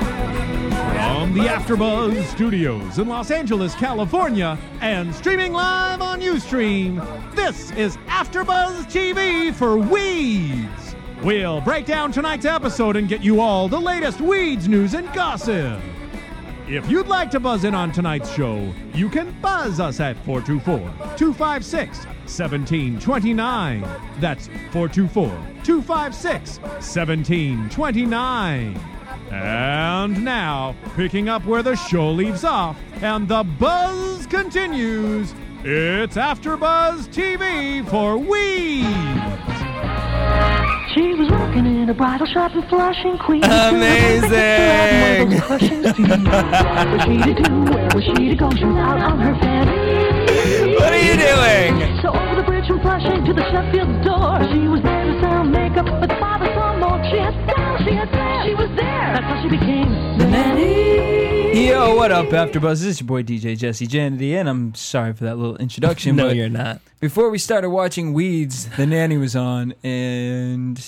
From the AfterBuzz Studios in Los Angeles, California, and streaming live on UStream, this is AfterBuzz TV for Weeds. We'll break down tonight's episode and get you all the latest Weeds news and gossip. If you'd like to buzz in on tonight's show, you can buzz us at 424 256 1729. That's 424 256 1729. And now, picking up where the show leaves off and the buzz continues, it's After Buzz TV for Weeds. She was working in a bridal shop in Flushing, Queens. Amazing. Where was she to do? Where was she to go? She was out on her fantasy. What are you doing? So over the bridge from Flushing to the Sheffield door, she was there to sell makeup, but the father saw more. She had style, she had flair, she was there. That's how she became the nanny. Yo, what up, AfterBuzz? This is your boy DJ Jesse Janity, and I'm sorry for that little introduction. No, but you're not. Before we started watching Weeds, the nanny was on, and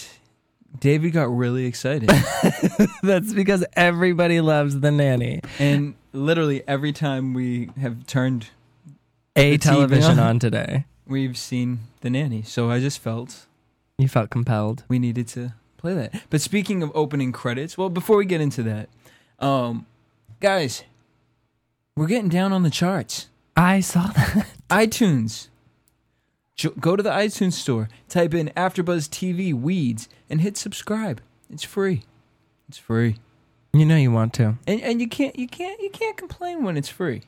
David got really excited. That's because everybody loves the nanny. and literally every time we have turned, A The TV television on. on today. we've seen the nanny. So I just felt You felt compelled. we needed to play that. But speaking of opening credits, well, before we get into that, um, guys, we're getting down on the charts. I saw that. iTunes. Jo- Go to the iTunes store, type in AfterBuzz TV Weeds, and hit subscribe. It's free. It's free. You know you want to. And and you can't you can't you can't complain when it's free.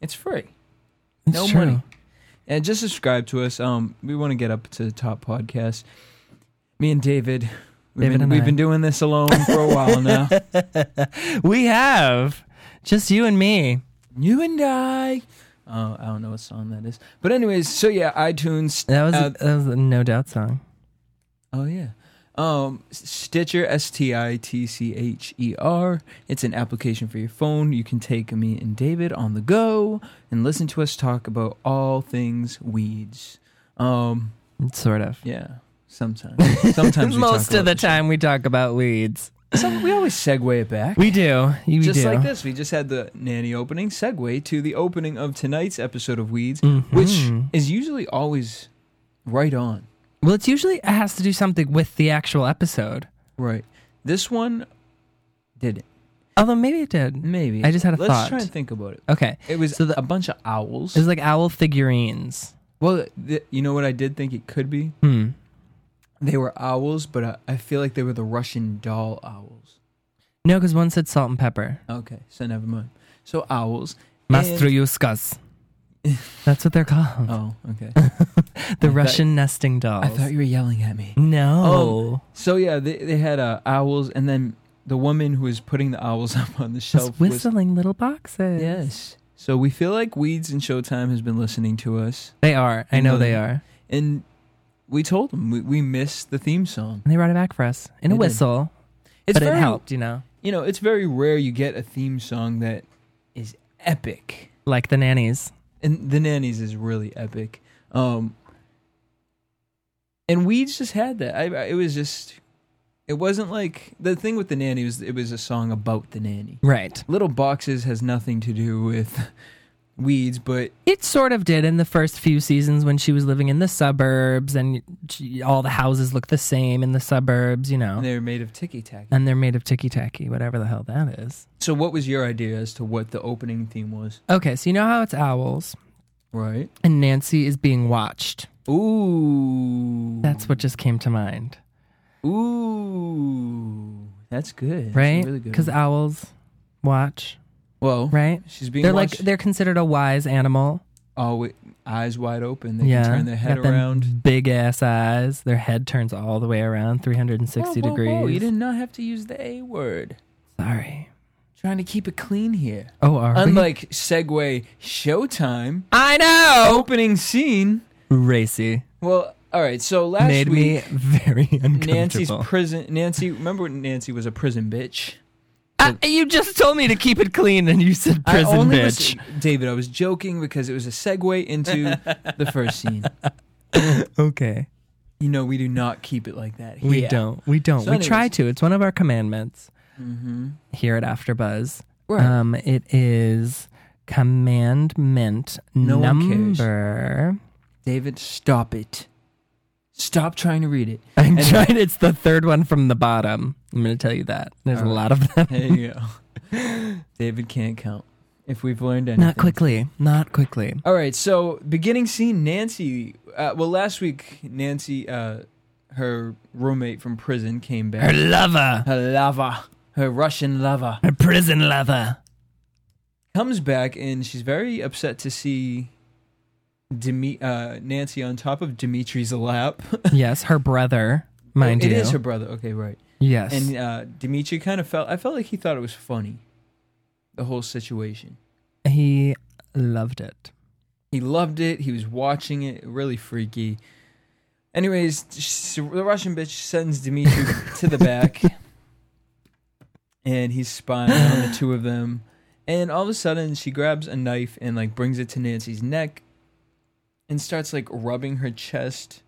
It's free. It's No true. money. And just subscribe to us. Um, we want to get up to the top podcast. Me and David, we've, David been, and we've I. been doing this alone for a while now. We have just you and me. you and I. Uh, I don't know what song that is, but anyways, so yeah, iTunes. That was uh, that was a no doubt song. Oh yeah. Um, S- Stitcher, S T I T C H E R. It's an application for your phone. You can take me and David on the go and listen to us talk about all things weeds. Um, Sort of. yeah, sometimes, sometimes we Most talk of the about- time we talk about weeds. Some- we always segue it back. We do. You just do. like this, we just had the nanny opening segue to the opening of tonight's episode of Weeds, which Mhm. is usually always right on. Well, it's usually it has to do something with the actual episode. Right. This one didn't. Although maybe it did. Maybe I just had a Let's thought. try and think about it. Okay. It was So the- a bunch of owls. It was like owl figurines. well, th- you know what I did think it could be? Hmm. They were owls, but I, I feel like they were the Russian doll owls. No, because one said salt and pepper. Okay, so never mind. So owls. and- Mastruyuskas. That's what they're called. Oh, okay. the Russian nesting dolls. I thought you Oh, were yelling at me. Um, no. So yeah, they they had uh, owls, and then the woman who was putting the owls up on the Just shelf was whistling little boxes. yes. So we feel like Weeds and Showtime has been listening to us, They are. I You know know they them. are. and we told them we, we missed the theme song. And they brought it back for us in a They did. whistle. It's but very it helped, you know? you know, it's very rare you get a theme song that is epic. Like the nannies. And The Nannies is really epic. Um and Weeds just had that. I, I it was just it wasn't like the thing with The Nanny was it was a song about the nanny. Right. Little Boxes has nothing to do with Weeds, but It sort of did in the first few seasons when she was living in the suburbs and she, all the houses look the same in the suburbs, you know? they're made of ticky tack. and they're made of ticky tacky, whatever the hell that is. So what was your idea as to what the opening theme was? Okay, so you know how it's owls Right. and Nancy is being watched. Ooh. That's what just came to mind, Ooh. That's good. That's a right? Really good. Because one. owls watch, Well, right? She's being they're watched. like they're considered a wise animal. oh, with eyes wide open. They yeah, can turn their head got them around. Big ass eyes. Their head turns all the way around, three hundred and sixty Whoa, whoa, degrees. whoa, You did not have to use the A word. Sorry. Trying to keep it clean here. Oh, are we? Unlike Segway Showtime I know. opening scene. Racy. Well, All right, so last made me week very uncomfortable. Nancy's prison. Nancy, remember when Nancy was a prison bitch? Uh, you just told me to keep it clean, and you said I prison only was- bitch. David, I was joking because it was a segue into the first scene. okay, You know, we do not keep it like that. Here. we don't. We don't. So we anyways- Mm-hmm. try to. It's one of our commandments here at AfterBuzz. Right. Um, it is commandment No one cares. number. David, stop it. Stop trying to read it. I'm And- trying. It's the third one from the bottom. I'm going to tell you that. There's a All lot of them. There you go. David can't count. If we've learned anything. Not quickly. Not quickly. All right, so beginning scene, Nancy. Uh, well, last week, Nancy, uh, her roommate from prison came Her back. lover. Her lover, her Russian lover, Her prison lover. comes back and she's very upset to see Demi- uh, Nancy on top of Dimitri's lap. yes, her brother. Mind it you. is her brother. Okay, right. Yes. And uh, Dimitri kind of felt. I felt like he thought it was funny, the whole situation. he loved it. He loved it. He was watching it. Really freaky. Anyways, s- the Russian bitch sends Dimitri to the back, and he's spying on the two of them. And all of a sudden, she grabs a knife and like brings it to Nancy's neck, and starts like rubbing her chest,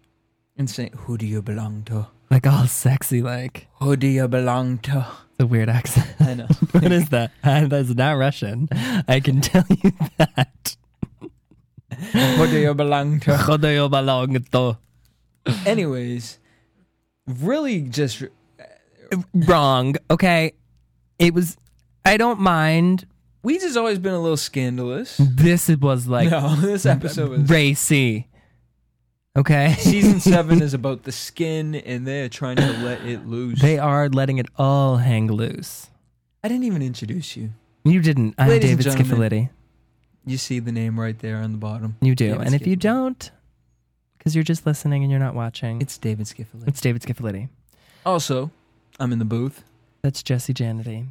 and saying, "Who do you belong to? Like all sexy, like Who do you belong to?" the weird accent. I know. what is that? Uh, that's not Russian. I can tell you that. Who do you belong to? Khodayo belong to. Anyways, really just Wrong. Okay. It was. I don't mind. Weeds has always been a little scandalous. This was like no, this episode was racy. Okay. season seven is about the skin and they're trying to let it loose. They are letting it all hang loose. I didn't even introduce you. You didn't. I'm Ladies and David gentlemen. Scifolitti. You see the name right there on the bottom. You do. David and if you Scifolitti. don't, because you're just listening and you're not watching, it's, It's David Skiffley. it's David Scifolitti. Also, I'm in the booth. That's Jesse Janity.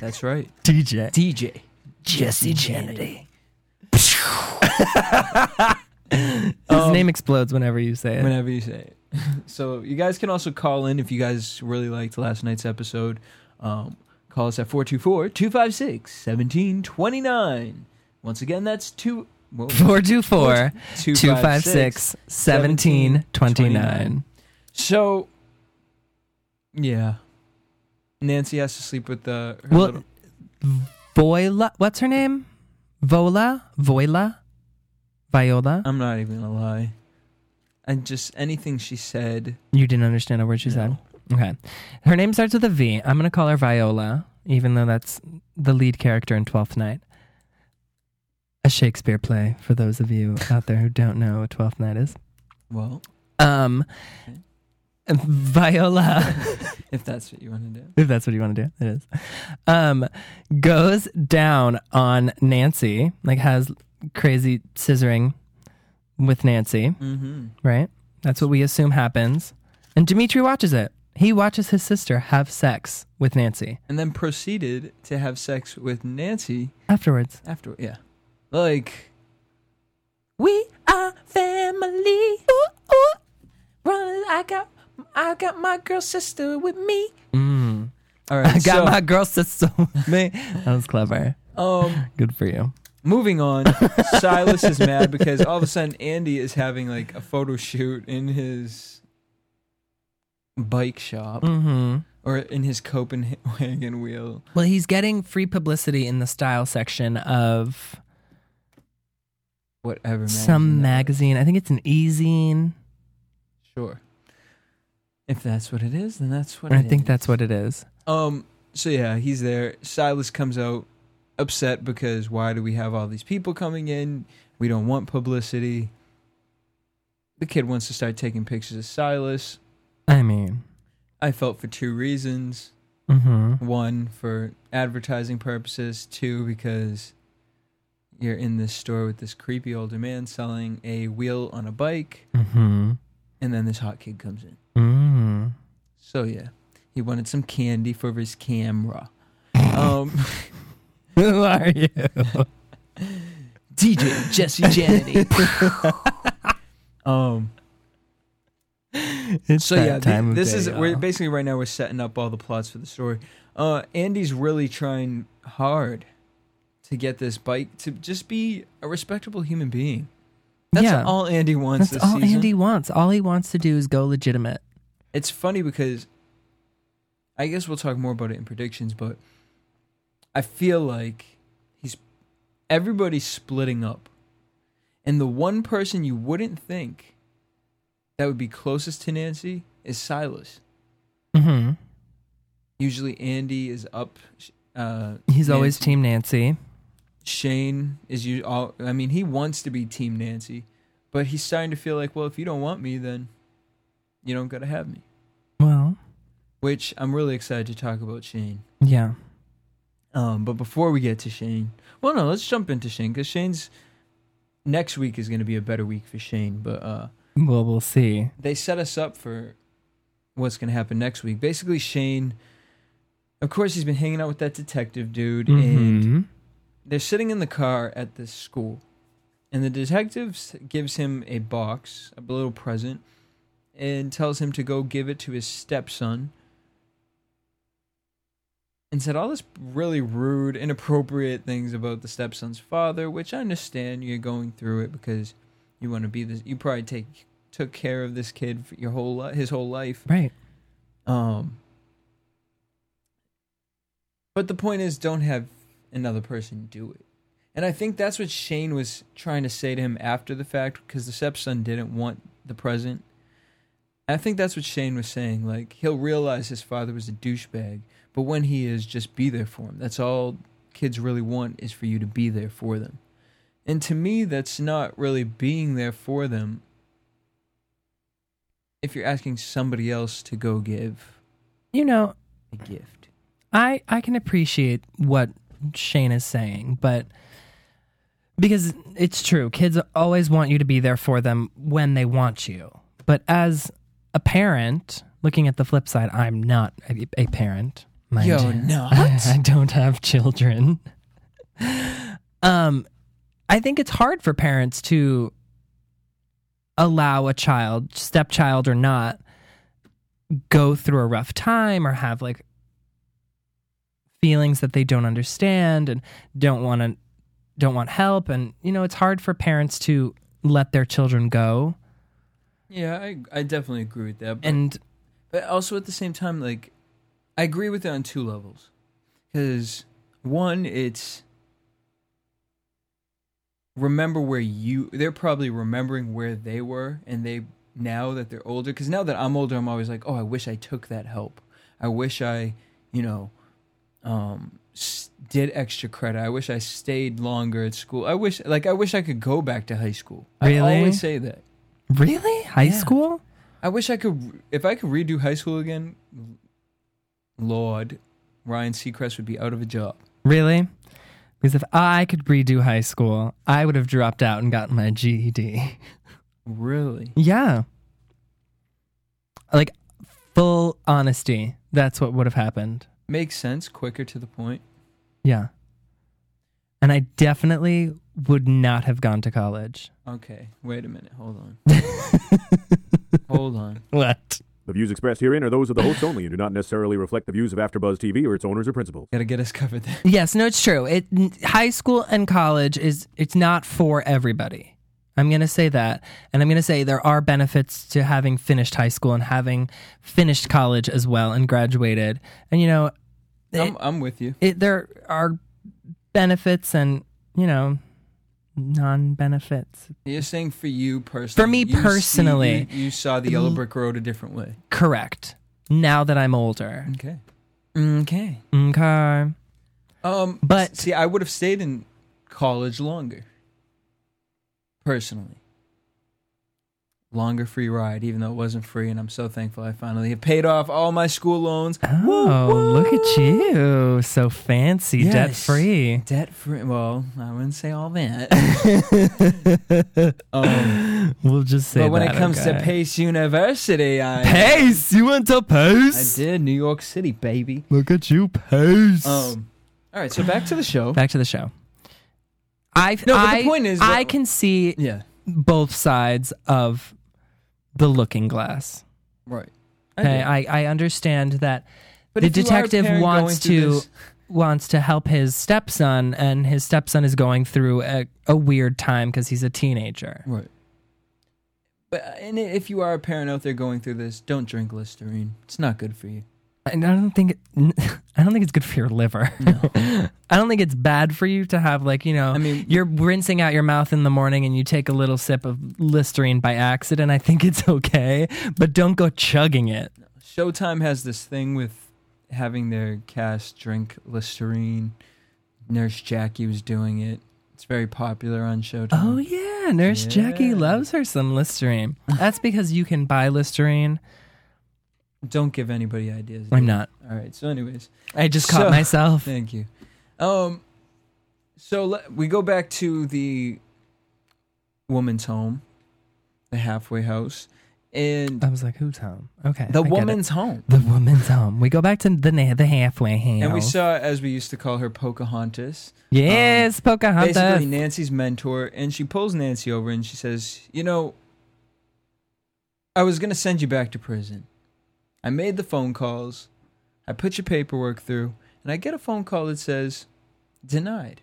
That's right. DJ. DJ. Jesse Janity. His name explodes whenever you say it. Um, Whenever you say it. so you guys can also call in if you guys really liked last night's episode. Um, call us at 424-256-1729. Once again, that's two... Whoa, 424 two, 256 1729. So, yeah, Nancy has to sleep with the. Her Well, little- Voila. What's her name? Vola? Voila? Viola? I'm not even gonna lie. And just anything she said, You didn't understand a word she said. Okay. Her name starts with a V. I'm going to call her Viola, even though that's the lead character in Twelfth Night. A Shakespeare play, for those of you out there who don't know what Twelfth Night is. well, Um, Viola, if that's what you want to do. if that's what you want to do, it is. Um, goes down on Nancy, like has crazy scissoring with Nancy, Mm-hmm. right? That's what we assume happens. And Dimitri watches it. He watches his sister have sex with Nancy And then proceeded to have sex with Nancy afterwards. after. Yeah, like we are family. Ooh, Oh, ooh. Run, I got, I got my girl sister with me. Mm. All right, I got so, my girl sister with me. That was clever. um. Good for you. Moving on, Silas is mad because all of a sudden Andy is having like a photo shoot in his bike shop Mm-hmm. or in his Copenhagen wheel. Well, he's getting free publicity in the style section of Whatever. Magazine some that is. magazine. I think it's an e-zine. Sure. If that's what it is, then that's what I it think is. that's what it is. Um. So yeah, he's there. Silas comes out upset because why do we have all these people coming in? We don't want publicity. The kid wants to start taking pictures of Silas. I mean, I felt for two reasons. hmm one for advertising purposes two because you're in this store with this creepy older man selling a wheel on a bike hmm and then this hot kid comes in Mm. so yeah he wanted some candy for his camera um Who are you? dj jesse janity um It's So that yeah, the- time of this day, is y'all. we're basically right now we're setting up all the plots for the story. Uh, Andy's really trying hard to get this bike to just be a respectable human being. That's Yeah. all Andy wants That's this all season. Andy wants. All he wants to do is go legitimate. It's funny because I guess we'll talk more about it in predictions, but I feel like he's everybody's splitting up. And the one person you wouldn't think that would be closest to Nancy is Silas. Mm-hmm. hmm usually Andy is up. sh- Uh, He's always Nancy- Team Nancy. Shane is you. All I mean, he wants to be Team Nancy, but he's starting to feel like, well, if you don't want me, then you don't gotta have me. Well, Which I'm really excited to talk about Shane. yeah. Um, but before we get to Shane, well, no, let's jump into Shane because Shane's next week is gonna be a better week for Shane. But uh, Well, we'll see. they set us up for what's going to happen next week. Basically, Shane, of course, he's been hanging out with that detective dude, and Mhm. they're sitting in the car at this school. And the detective s- gives him a box, a little present, and tells him to go give it to his stepson. And said all this really rude, inappropriate things about the stepson's father, which I understand you're going through it because you want to be this. You probably take took care of this kid for your whole li- his whole life. Right. Um, but the point is, don't have another person do it. And I think that's what Shane was trying to say to him after the fact, because the stepson didn't want the present. I think that's what Shane was saying. Like he'll realize his father was a douchebag, but when he is, just be there for him. That's all kids really want is for you to be there for them. And to me, that's not really being there for them if you're asking somebody else to go give You know, a gift. I I can appreciate what Shane is saying, but because it's true, kids always want you to be there for them when they want you. But as a parent, looking at the flip side, I'm not a, a parent. mind You're you. not? I, I don't have children. um, I think it's hard for parents to allow a child, stepchild or not, go through a rough time or have like feelings that they don't understand and don't want to don't want help and you know it's hard for parents to let their children go Yeah, I I definitely agree with that. But, and but also at the same time, like I agree with it on two levels. Because one, it's remember where you. They're probably remembering where they were, and they now that they're older. Because now that I'm older, I'm always like, oh, I wish I took that help. I wish I, you know, um, s- did extra credit. I wish I stayed longer at school. I wish, like, I wish I could go back to high school. I Really? always say that. really high Yeah. school I wish I could. If I could redo high school again, Lord, Ryan Seacrest would be out of a job. really because if i could redo high school i would have dropped out and gotten my ged Really? yeah like full honesty that's what would have happened Makes sense. Quicker to the point. yeah and i definitely would not have gone to college Okay. Wait a minute. Hold on. Hold on. what The views expressed herein are those of the hosts only and do not necessarily reflect the views of AfterBuzz TV or its owners or principals. Gotta get us covered there. Yes, no, it's true. It n- high school and college is it's not for everybody. I'm gonna say that, and I'm gonna say there are benefits to having finished high school and having finished college as well and graduated. And you know, it, I'm, I'm with you. it, there are benefits and you know non-benefits. You're saying for you personally. me you see- you- personally. you, saw the yellow brick road a different way. Correct. Now that I'm older, Okay. Okay. okay. Um, But- see, I would have stayed in college longer. Personally, longer free ride, even though it wasn't free, and I'm so thankful I finally have paid off all my school loans. Oh, look at you, so fancy, debt free. debt free. Well, I wouldn't say all that. um, We'll just say. but when it that, comes to okay. Pace University, I Pace, you went to I Pace. did New York City, baby. Look at you, Pace. Um, all right, so back to the show. Back to the show. I No, but the I- point is I that- can see Yeah. both sides of the looking glass. Right. Okay, I, I understand that But the if you are a detective parent going wants through to this- wants to help his stepson, and his stepson is going through a, a weird time because he's a teenager. Right. But uh, and i- if you are a parent out there going through this, don't drink Listerine. It's not good for you. And I don't think it, I don't think it's good for your liver. I don't think it's bad for you to have like you know. I mean- you're rinsing out your mouth in the morning and you take a little sip of Listerine by accident. I think it's okay, but don't go chugging it. Showtime has this thing with having their cast drink Listerine. Nurse Jackie was doing it. It's very popular on Showtime. Oh yeah, Nurse Jackie Yeah. loves her some Listerine. That's because you can buy Listerine. Don't give anybody ideas. I'm dude. not. All right. So, anyways, I just caught So- myself. thank you. Um, so let, we go back to the woman's home, the halfway house, and I was like, "Who's home?" Okay, the Oh, I get it. woman's home. the woman's home. We go back to the na- the halfway house. And we saw, as we used to call her, Pocahontas. yes, Pocahontas. Um, Basically, Nancy's mentor. And she pulls Nancy over and she says, You know, I was going to send you back to prison. I made the phone calls. I put your paperwork through. And I get a phone call that says, Denied.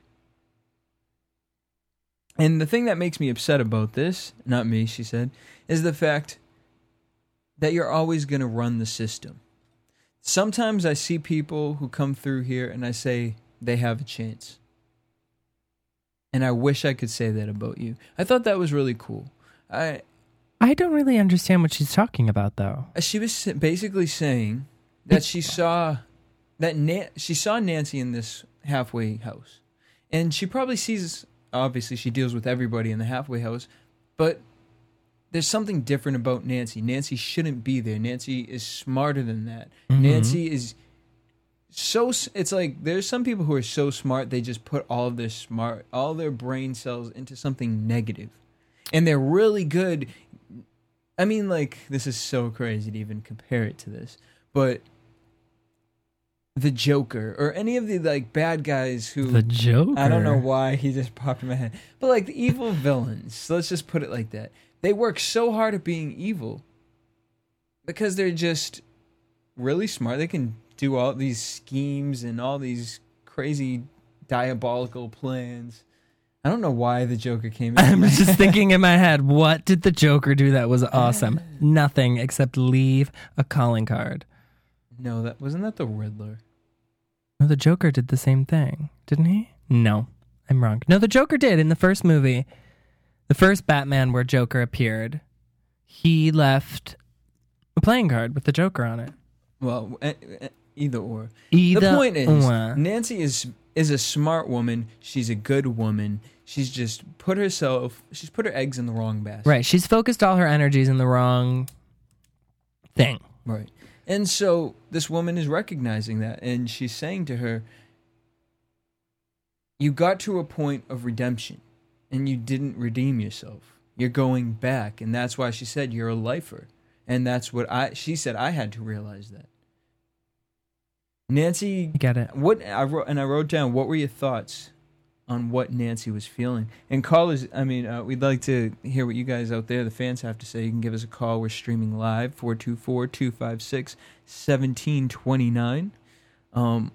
And the thing that makes me upset about this, not me, she said, is the fact that you're always going to run the system. Sometimes I see people who come through here and I say they have a chance. And I wish I could say that about you. I thought that was really cool. I I don't really understand what she's talking about, though. she was sa- basically saying that she saw that Na- she saw Nancy in this halfway house, and she probably sees. Obviously, she deals with everybody in the halfway house, but there's something different about Nancy. Nancy shouldn't be there. Nancy is smarter than that. Nancy is so. s- It's like there's some people who are so smart they just put all of their smart, all their brain cells into something negative, and they're really good I mean, like, this is so crazy to even compare it to this, but the Joker or any of the like bad guys who The Joker. I don't know why he just popped in my head, but like the evil villains. Let's just put it like that. They work so hard at being evil because they're just really smart. They can do all these schemes and all these crazy diabolical plans. I don't know why the Joker came. into I'm my just thinking in my head, what did the Joker do that was awesome? Nothing except leave a calling card. No, that wasn't that the Riddler. No, the Joker did the same thing, didn't he? No, I'm wrong. No, the Joker did in the first movie, the first Batman where Joker appeared. He left a playing card with the Joker on it. Well, e- e- either or. Either the point is, or. Nancy is is a smart woman. She's a good woman. She's just put herself. She's put her eggs in the wrong basket. Right. She's focused all her energies in the wrong thing. Right. And so this woman is recognizing that, and she's saying to her, "You got to a point of redemption, and you didn't redeem yourself. You're going back, and that's why she said you're a lifer, and that's what I." She said I had to realize that. Nancy, I get it. What I wrote and I wrote down. What were your thoughts on what Nancy was feeling? And callers, I mean, uh, we'd like to hear what you guys out there, the fans, have to say. You can give us a call. We're streaming live 424 256 1729. Um,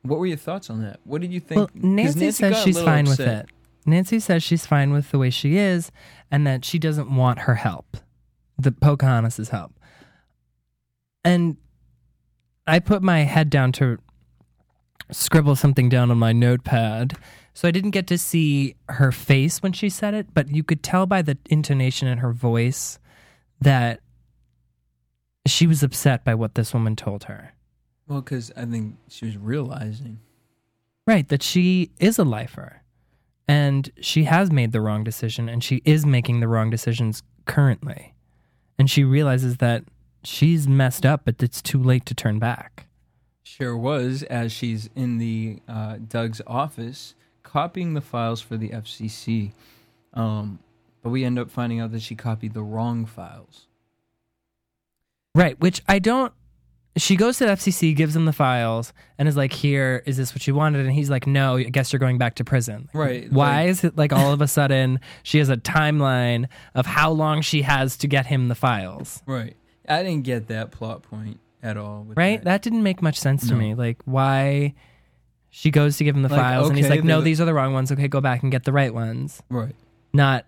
what were your thoughts on that? What did you think? Well, 'cause Nancy, says got a she's little fine with upset. it. Nancy says she's fine with the way she is and that she doesn't want her help, the Pocahontas' help. And I put my head down to scribble something down on my notepad. So I didn't get to see her face when she said it, but you could tell by the intonation in her voice that she was upset by what this woman told her. Well, because I think she was realizing. Right, that she is a lifer and she has made the wrong decision and she is making the wrong decisions currently. And she realizes that she's messed up, but it's too late to turn back. Sure was, as she's in the uh, Doug's office copying the files for the FCC. Um, but we end up finding out that she copied the wrong files. Right, which I don't. She goes to the FCC, gives him the files, and is like, Here, is this what you wanted? And he's like, No, I guess you're going back to prison. Right, Why like- is it like all of a sudden she has a timeline of how long she has to get him the files? Right. I didn't get that plot point at all. with right? That didn't make much sense to No. me. Like why she goes to give him the Like, files and he's okay, like, "No, they're the- these are the wrong ones. Okay, go back and get the right ones." Right. Not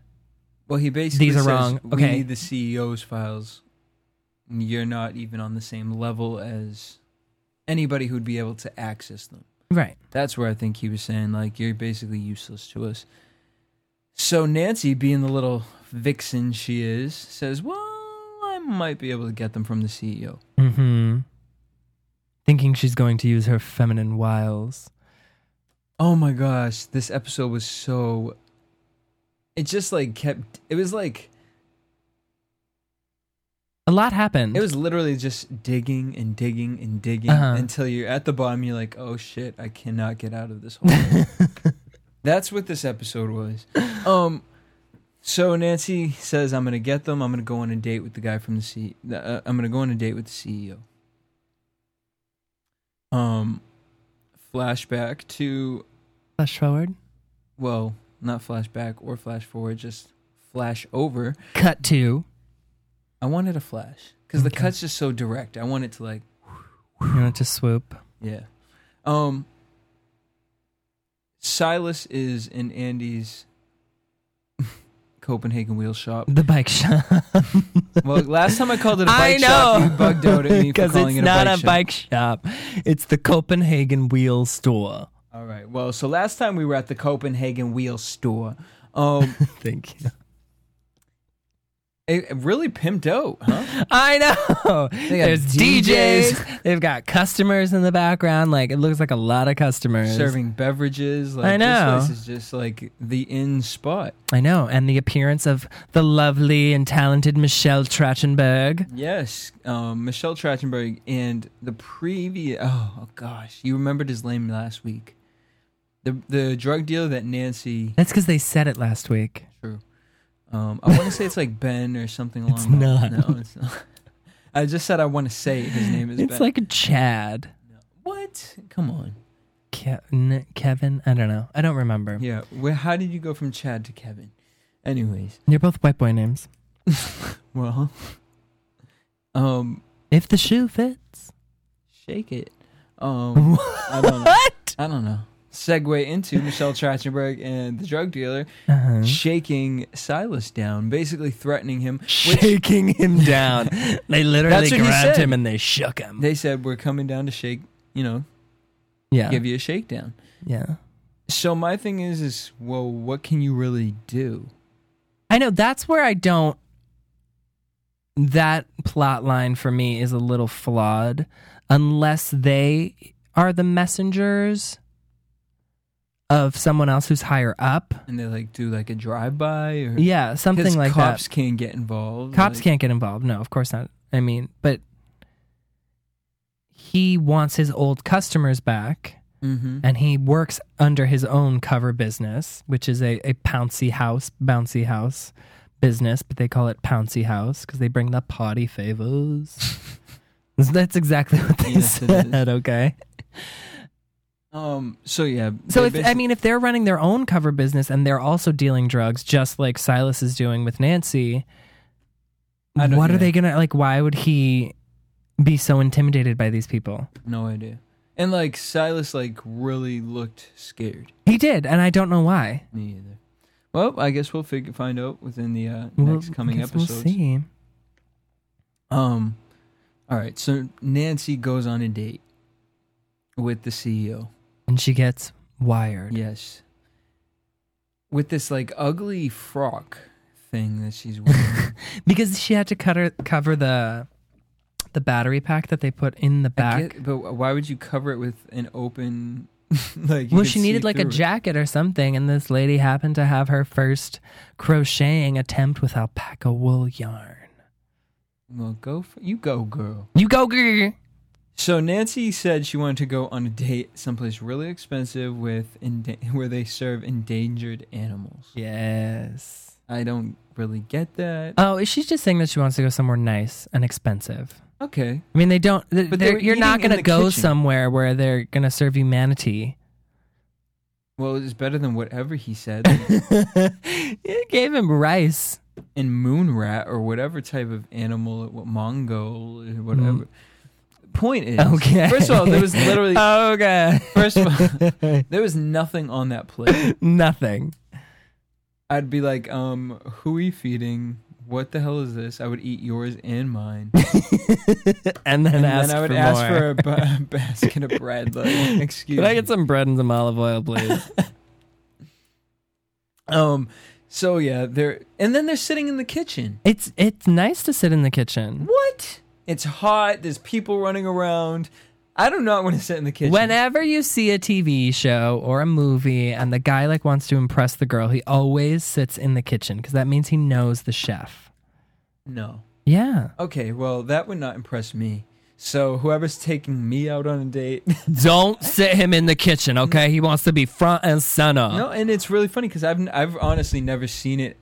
Well, he basically These are says, wrong. We Okay. need the CEO's files. and You're not even on the same level as anybody who'd be able to access them. right. That's where I think he was saying, like, you're basically useless to us. So Nancy, being the little vixen she is, says, Well, I might be able to get them from the E CEO. Mhm. Thinking she's going to use her feminine wiles. Oh my gosh, this episode was so. It just like kept. It was like. A lot happened. It was literally just digging and digging and digging Uh-huh. until you're at the bottom. You're like, oh shit, I cannot get out of this hole. That's what this episode was. Um, so Nancy says, I'm gonna get them. I'm gonna go on a date with the guy from the C. Uh, I'm gonna go on a date with the CEO. Um, flashback to flash forward. well, not flashback or flash forward, just flash over. Cut to I wanted a flash because the Okay. cut's just so direct. I want it to like. you know, to swoop. Yeah. Um Silas is in Andy's Copenhagen wheel shop. The bike shop. Well, last time I called it a bike I shop, know. you bugged out at me for because calling it's it a not bike a shop. bike shop. It's the Copenhagen Wheel Store. All right. Well, so last time we were at the Copenhagen wheel store. Um Thank you. it it really pimped out, huh? I know. got There's DJs. DJs. They've got customers in the background. Like it looks like a lot of customers. Serving beverages like I know. this place is just like the in spot. I know. And the appearance of the lovely and talented Michelle Trachtenberg. Yes, um, Michelle Trachtenberg and the previous. Oh gosh, you remembered his name last week. The the drug dealer that Nancy. That's because they said it last week. True. Um, I want to say it's like Ben or something along. It's that- not. No, it's not. I just said I want to say it. his name is. It's ben. like a Chad. what? Come on. Ke- n- Kevin? I don't know. I don't remember. Yeah. Where? How did you go from Chad to Kevin? Anyways, They're both white boy names. well, um, If the shoe fits. shake it. Um, I don't know. What? I don't know. Segue into Michelle Trachtenberg and the drug dealer. Uh-huh. shaking Silas down, basically threatening him. Which Shaking him down. they literally That's what he grabbed said. him and they shook him. they said, We're coming down to shake, you know, yeah. give you a shakedown. yeah. So my thing is, is well, what can you really do? I know that's where I don't. That plot line for me is a little flawed, unless they are the messengers of someone else who's higher up. And they like do like a drive by or Yeah, 'cause something like cops that. can't get involved. Cops like- can't get involved. No, of course not. I mean, but he wants his old customers back, Mhm. and he works under his own cover business, which is a, a pouncy house, bouncy house business, but they call it Pouncy House because they bring the potty favors. That's exactly what they Yes, it is. said. Okay, Um. So yeah. so they if, I basi- mean, if they're running their own cover business and they're also dealing drugs, just like Silas is doing with Nancy, I don't- what yeah. are they gonna like? Why would he be so intimidated by these people? no idea. And like Silas, like really looked scared. He did, and I don't know why. Me either. Well, I guess we'll fig- find out within the uh, Well, next coming guess we'll episodes. see. Um, all right. So Nancy goes on a date with the CEO. And she gets wired. Yes. With this like ugly frock thing that she's wearing. because she had to cut her, cover the the battery pack that they put in the I back. get- but why would you cover it with an open? like you well, could she see needed like a through it. jacket or something, and this lady happened to have her first crocheting attempt with alpaca wool yarn. Well, go for you go, girl. You go, girl. So Nancy said she wanted to go on a date someplace really expensive with enda- where they serve endangered animals. Yes. I don't really get that. Oh, she's just saying that she wants to go somewhere nice and expensive. Okay. I mean, they don't. th- But they they're- were you're not eating in going the to go kitchen. somewhere where they're going to serve humanity. Well, it's better than whatever he said. it gave him rice. in Moon Rat or whatever type of animal, what Mongol, whatever. Point is, Hmm. Okay. Uh. first of all, there was literally okay. first of all, there was nothing on that plate. Nothing. I'd be like, um, who are you feeding? What the hell is this? I would eat yours and mine, And then and ask then I would for ask more. for a, ba- basket of bread. Like, excuse Can I me. get some bread and some olive oil, please? Um. So yeah, they're and then they're sitting in the kitchen. it's it's nice to sit in the kitchen. What? It's hot. There's people running around. I do not want to sit in the kitchen. Whenever you see a TV show or a movie and the guy like wants to impress the girl, he always sits in the kitchen because that means he knows the chef. no. Yeah. Okay. Well, that would not impress me. So whoever's taking me out on a date. Don't sit him in the kitchen, okay? He wants to be front and center. no, and it's really funny because I've I've honestly never seen it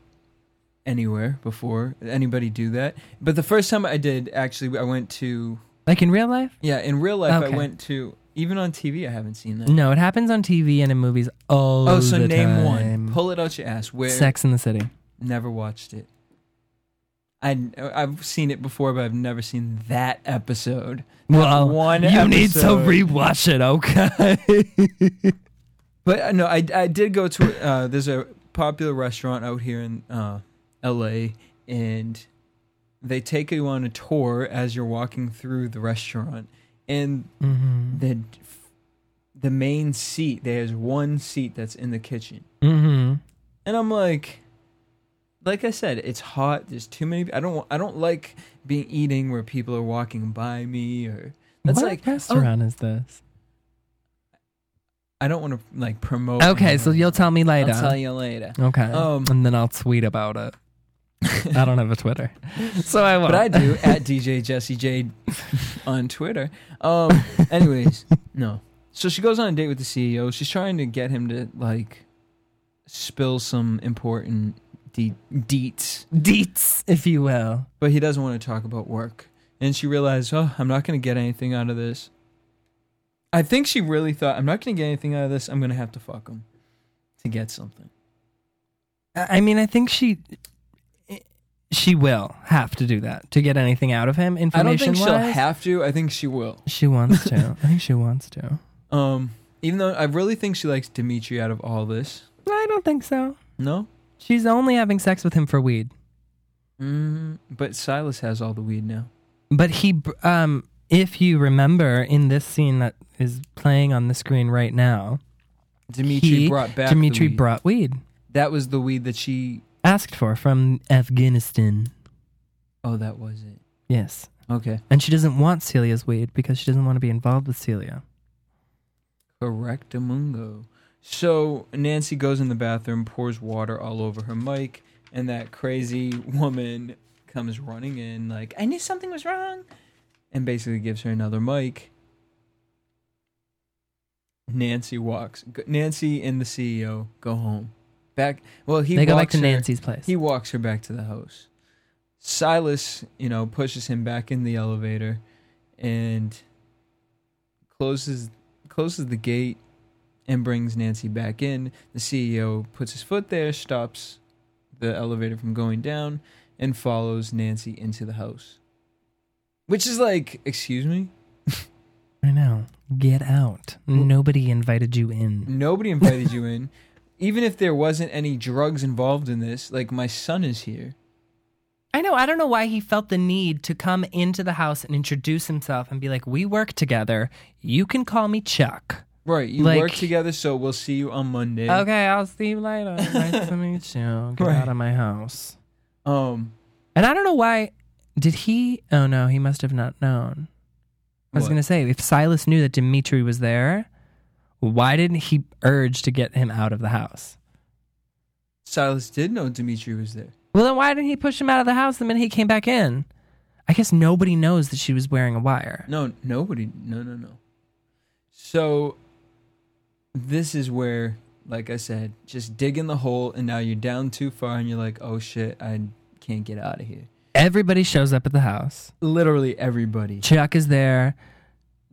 anywhere before. Anybody do that? But the first time I did, actually, I went to Like in real life? yeah. In real life, Okay. I went to even on TV. I haven't seen that. No, it happens on TV and in movies all Oh, so the name time. one. Pull it out your ass. Where? Sex in the City. Never watched it. I I've seen it before, but I've never seen that episode. Well, one you need to episode. rewatch it, okay? But uh, no, I I did go to uh, there's a popular restaurant out here in uh, L.A. and they take you on a tour as you're walking through the restaurant, and Mm-hmm. the the main seat there's one seat that's in the kitchen, mm-hmm. and I'm like, like I said, it's hot. There's too many. I don't. I don't like being eating where people are walking by me or. That's what like restaurant is this? Oh, I don't want to like promote. Okay, so anyone. you'll tell me later. I'll tell you later. Okay. Um, and then I'll tweet about it. I don't have a Twitter, so I won't. But I do at DJ Jesse J on Twitter. Um. Anyways, no. So she goes on a date with the CEO. She's trying to get him to like spill some important de- deets. Deets, if you will. but he doesn't want to talk about work. And she realized, oh, I'm not going to get anything out of this. I think she really thought, I'm not going to get anything out of this. I'm going to have to fuck him to get something. I I mean, I think she she will have to do that to get anything out of him. I Information. don't think she'll wise. have to. I think she will. She wants to. I think she wants to. Um, even though I really think she likes Dimitri out of all this. I don't think so. No? She's only having sex with him for weed. Mm-hmm. Mm, but Silas has all the weed now. But he, br- um, if you remember in this scene that is playing on the screen right now, Dimitri he- brought back. the Dimitri weed. brought weed That was the weed that she. asked for from Afghanistan. Oh, that was it. Yes, Okay. and she doesn't want Celia's weed because she doesn't want to be involved with Celia. Correctamungo. So Nancy goes in the bathroom, pours water all over her mic, and that crazy woman comes running in, like, I knew something was wrong, and basically gives her another mic. Nancy walks. G- Nancy and the CEO go home. Back. Well, he they go back walks to her- Nancy's place. he walks her back to the house. Silas, you know, pushes him back in the elevator and closes closes the gate and brings Nancy back in. The CEO puts his foot there, stops the elevator from going down, and follows Nancy into the house. Which is like, excuse me? I know. Get out. Nobody invited you in. Nobody invited you in. Even if there wasn't any drugs involved in this, like my son is here. I know. I don't know why he felt the need to come into the house and introduce himself and be like, "We work together. You can call me Chuck." Right, you Like- work together, so we'll see you on Monday. Okay, I'll see you later. Nice to meet you. Get Right. out of my house. Um, And I don't know why. Did he? Oh no, he must have not known. I was What? going to say, if Silas knew that Dimitri was there, why didn't he urge to get him out of the house? Silas did know Dimitri was there. Well, then why didn't he push him out of the house the minute he came back in? I guess nobody knows that she was wearing a wire. No, nobody. No, no, no. So, this is where, like I said, just dig in the hole, and now you're down too far, and you're like, oh shit, I can't get out of here. Everybody shows up at the house. Literally everybody. Chuck is there.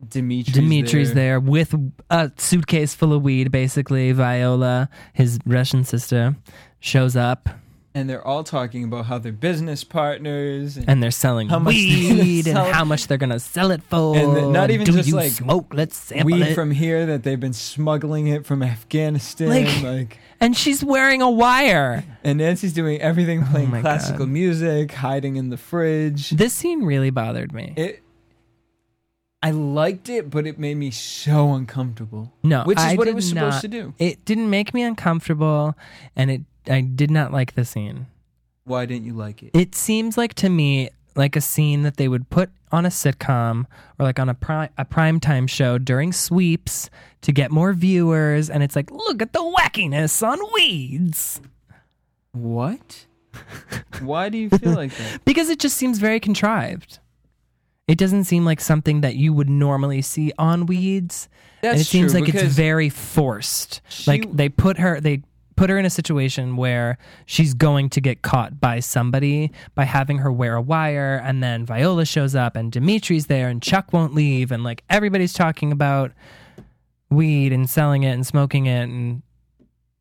Dimitri's, Dimitri's there. there with a suitcase full of weed, basically. Viola, his Russian sister, shows up. and they're all talking about how they're business partners and, and they're selling How much they're gonna weed and sell it. how much they're gonna sell it for. And then not even Do just you like smoke. Let's sample weed it. from here that they've been smuggling it from Afghanistan. Like- Like, and she's wearing a wire. and Nancy's doing everything, playing Oh my classical God. music, hiding in the fridge. This scene really bothered me. It. I liked it, but it made me so uncomfortable. no, which is I what it did was not- supposed to do. It didn't make me uncomfortable, and it I did not like the scene. Why didn't you like it? It seems like to me like a scene that they would put on a sitcom or like on a prime a primetime show during sweeps to get more viewers and it's like look at the wackiness on weeds. What? Why do you feel like that? Because it just seems very contrived. It doesn't seem like something that you would normally see on weeds. and it That's seems true, like it's because very forced. she- like they put her they put her in a situation where she's going to get caught by somebody by having her wear a wire and then Viola shows up and Dimitri's there and Chuck won't leave and like everybody's talking about weed and selling it and smoking it and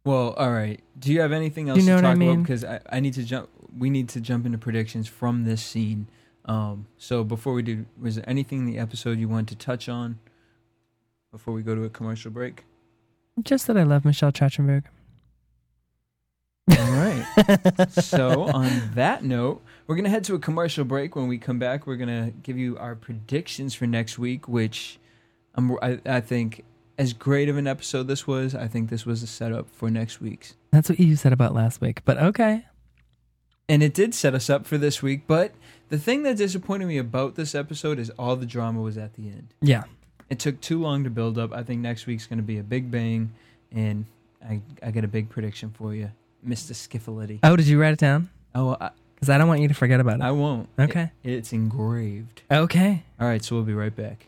Well, all right. Do you have anything else you know to what I talk about? mean? Because I, I need to jump. We need to jump into predictions from this scene. Um, so before we do, was there anything in the episode you wanted to touch on before we go to a commercial break? just that I love Michelle Trachtenberg. All right. so on that note, we're gonna head to a commercial break. When we come back, we're gonna give you our predictions for next week, which I'm, I, I think as great of an episode this was, I think this was a setup for next week's. That's what you said about last week. But okay. and it did set us up for this week. But the thing that disappointed me about this episode is all the drama was at the end. Yeah. It took too long to build up. I think next week's going to be a big bang, and I I got a big prediction for you, Mister Skiffality. Oh, did you write it down? Oh, I, Because I don't want you to forget about it. I won't. Okay. It- it's engraved. okay. All right, so we'll be right back.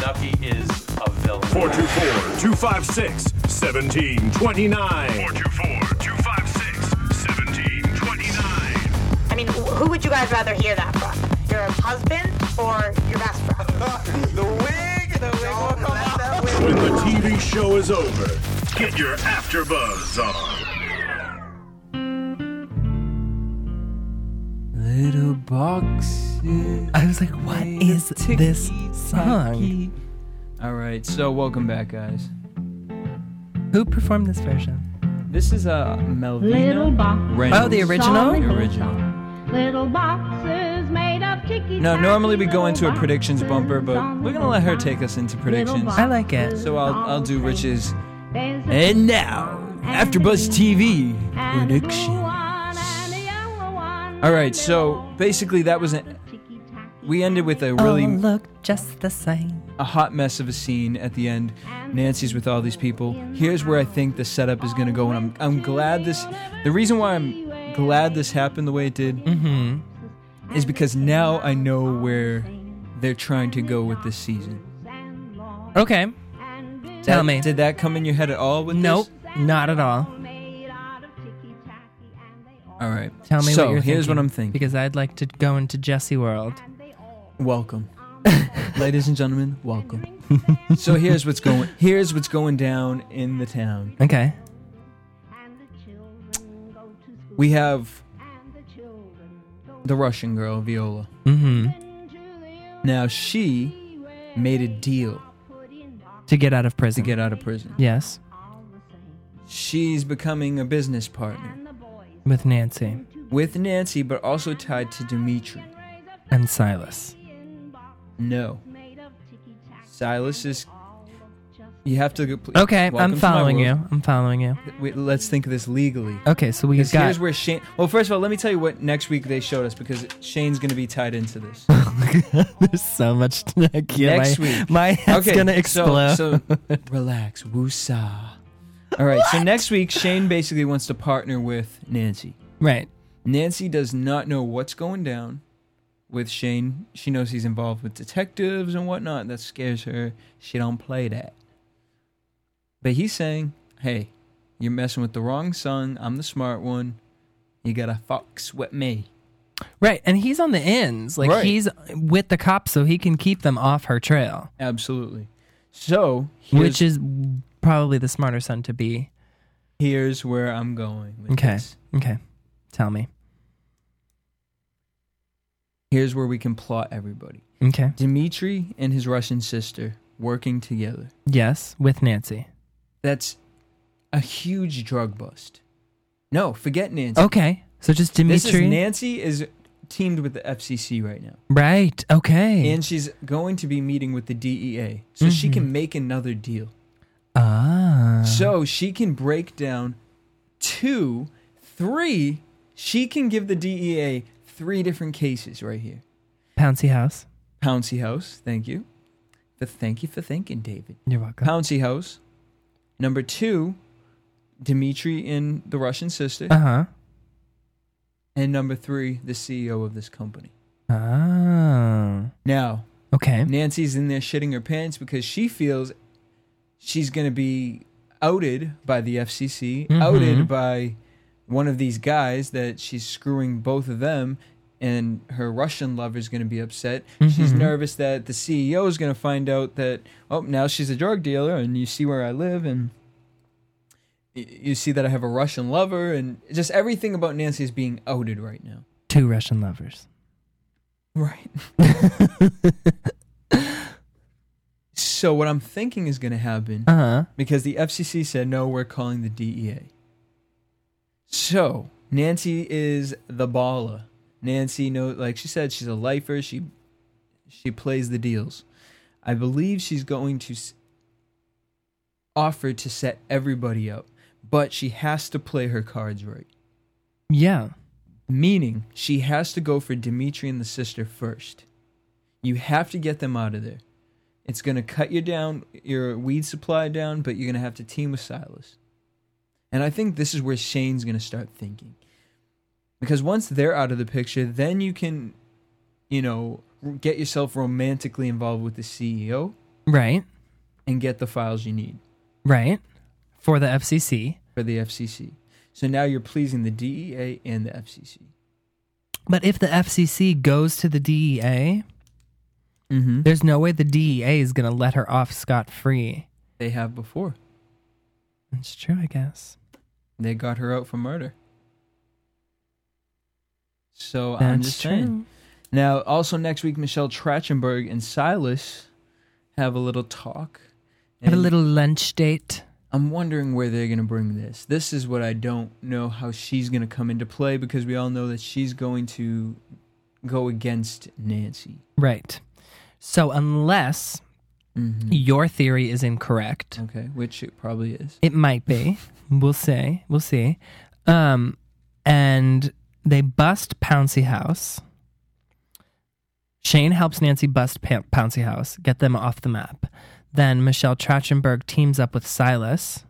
Nucky is a villain. 424-256-1729. 424-256-1729. I mean, wh- who would you guys rather hear that from? Your husband or your best friend? The wig. The wig. will come out that wig. When the TV show is over, get your AfterBuzz on. Little boxes. I was like, what is this song? All right, so welcome back, guys. Who performed this version? This is uh, Little Melvina. box. Reynolds. Oh, the original? The original. Little boxes made of ticky. No, normally we go into a predictions bumper, but we're gonna let her take us into predictions. I like it. So I'll I'll do Rich's. And now, AfterBuzz TV predictions. All right, so basically that was an, we ended with a really oh, look just the same. a hot mess of a scene at the end. Nancy's with all these people. Here's where I think the setup is going to go, and I'm I'm glad this. The reason why I'm glad this happened the way it did is because now I know where they're trying to go with this season. Okay. Tell That- me. did that come in your head at all? With nope. this? Not at all. All right. Tell me So what you're here's what thinking, I'm thinking. Because I'd like to go into Jesse World. welcome, ladies and gentlemen, welcome. so here's what's going. Here's what's going down in the town. Okay. We have the Russian girl, Viola. Mm-hmm. Now she made a deal To get out of to prison. get out of prison. yes. She's becoming a business partner With Nancy with Nancy, but also tied to Dimitri. and Silas. No. Silas is. You have to. go- Please, Okay, welcome I'm to my following world. you. I'm following you. Wait, let's think of this legally. Okay, so we 'Cause got here's where Shane. Well, first of all, let me tell you what next week they showed us because Shane's going to be tied into this. There's so much to that. Yeah, Next my, week. My head's okay, gonna explode. So, so relax, woosah. All right. So next week, Shane basically wants to partner with Nancy. Right. Nancy does not know what's going down with Shane. She knows he's involved with detectives and whatnot. That scares her. She don't play that. But he's saying, "Hey, you're messing with the wrong son. I'm the smart one. You gotta fox with me." Right. And he's on the ends. Like Right. he's with the cops so he can keep them off her trail, Absolutely. So, which is probably the smarter son to be. here's where I'm going. With Okay. this. Okay. Tell me. Here's where we can plot everybody. Okay. Dimitri and his Russian sister working together. Yes, with Nancy. That's a huge drug bust. No, forget Nancy. Okay. So just This is Dimitri. Nancy is teamed with the FCC right now, right. Okay. and she's going to be meeting with the DEA, so she can make another deal. ah. So she can break down two, three. She can give the DEA three different cases right here. Pouncy House. Pouncy House, thank you. But thank you for thinking, David. You're welcome. Pouncy House. Number two, Dimitri and the Russian sister. uh huh. And number three, the CEO of this company. Ah. Now, Okay. Nancy's in there shitting her pants because she feels she's going to be outed by the FCC, outed by one of these guys that she's screwing both of them, and her Russian lover's going to be upset. She's nervous that the CEO is going to find out that, oh, now she's a drug dealer, and you see where I live, and y- you see that I have a Russian lover, and just everything about Nancy is being outed right now. Two Russian lovers. Right. so what I'm thinking is going to happen Uh huh. because the FCC said no, we're calling the DEA. So Nancy is the baller. Nancy no, like she said, she's a lifer. She she plays the deals. I believe she's going to s- offer to set everybody up, but she has to play her cards right. Yeah. Meaning, she has to go for Dimitri and the sister first. You have to get them out of there. It's going to cut you down, your weed supply down, but you're going to have to team with Silas. And I think this is where Shane's going to start thinking. Because once they're out of the picture, then you can, you know, get yourself romantically involved with the CEO Right. and get the files you need Right. For the FCC. for the FCC. So now you're pleasing the DEA and the FCC. But if the FCC goes to the DEA, Mm-hmm. there's no way the DEA is going to let her off scot free. They have before. It's true, I guess. They got her out for murder. So That's I'm just true. saying. Now, also next week, Michelle Trachtenberg and Silas have a little talk. Have a and little lunch date. I'm wondering where they're going to bring this. This is what I don't know how she's going to come into play because we all know that she's going to go against Nancy. Right. So, unless Mm-hmm. your theory is incorrect, Okay, which it probably is. It might be. We'll see. We'll see. Um, and they bust Pouncy House. Shane helps Nancy bust pa- Pouncy House, get them off the map. Then Michelle Trachtenberg teams up with Silas,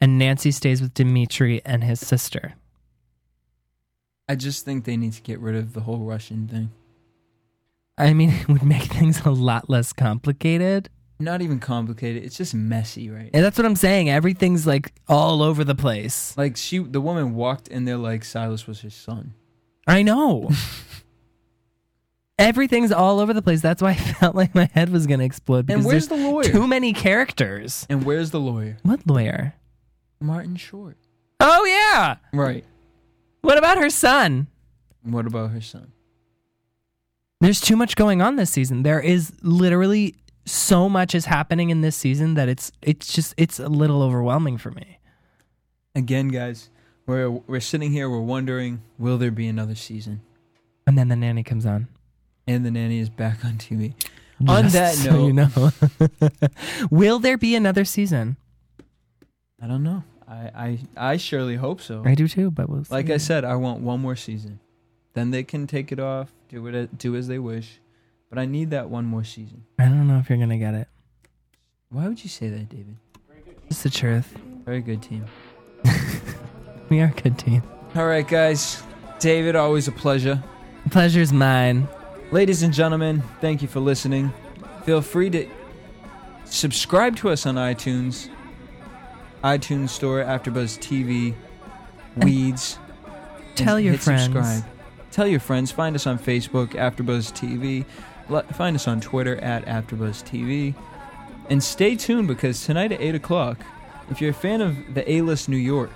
and Nancy stays with Dimitri and his sister. I just think they need to get rid of the whole Russian thing. I mean, it would make things a lot less complicated. Not even complicated. It's just messy, right? And that's what I'm saying. Everything's like all over the place. Like she, the woman walked in there like Silas was her son. I know. Everything's all over the place. That's why I felt like my head was going to explode. because where's there's the lawyer? Too many characters. And where's the lawyer? What lawyer? Martin Short. Oh yeah. Right. What about her son? What about her son? There's too much going on this season. There is literally so much is happening in this season that it's it's just it's a little overwhelming for me. Again, guys, we're we're sitting here, we're wondering, will there be another season? And then the nanny comes on. And the nanny is back on TV. on Just that note, so you know. Will there be another season? I don't know. I, I I surely hope so. I do too, but we'll see. Like I said, I want one more season. Then they can take it off, do what do as they wish. But I need that one more season. I don't know if you're gonna get it. Why would you say that, David? It's the truth. Very good team. We are a good team. All right, guys. David, always a pleasure. Pleasure's mine. Ladies and gentlemen, thank you for listening. Feel free to subscribe to us on iTunes, iTunes Store, AfterBuzz TV, Weeds. and Tell your hit friends. Subscribe. Tell your friends. Find us on Facebook, AfterBuzz TV. Li- Find us on Twitter at AfterBuzz TV. And stay tuned because tonight at 8 o'clock, if you're a fan of the A List New York,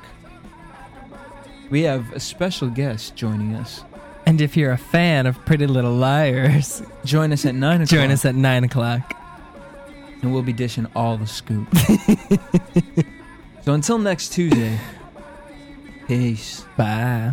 we have a special guest joining us. And if you're a fan of Pretty Little Liars, Join us at 9 o'clock. join us at 9 o'clock. and we'll be dishing all the scoop. so until next Tuesday, peace. Bye.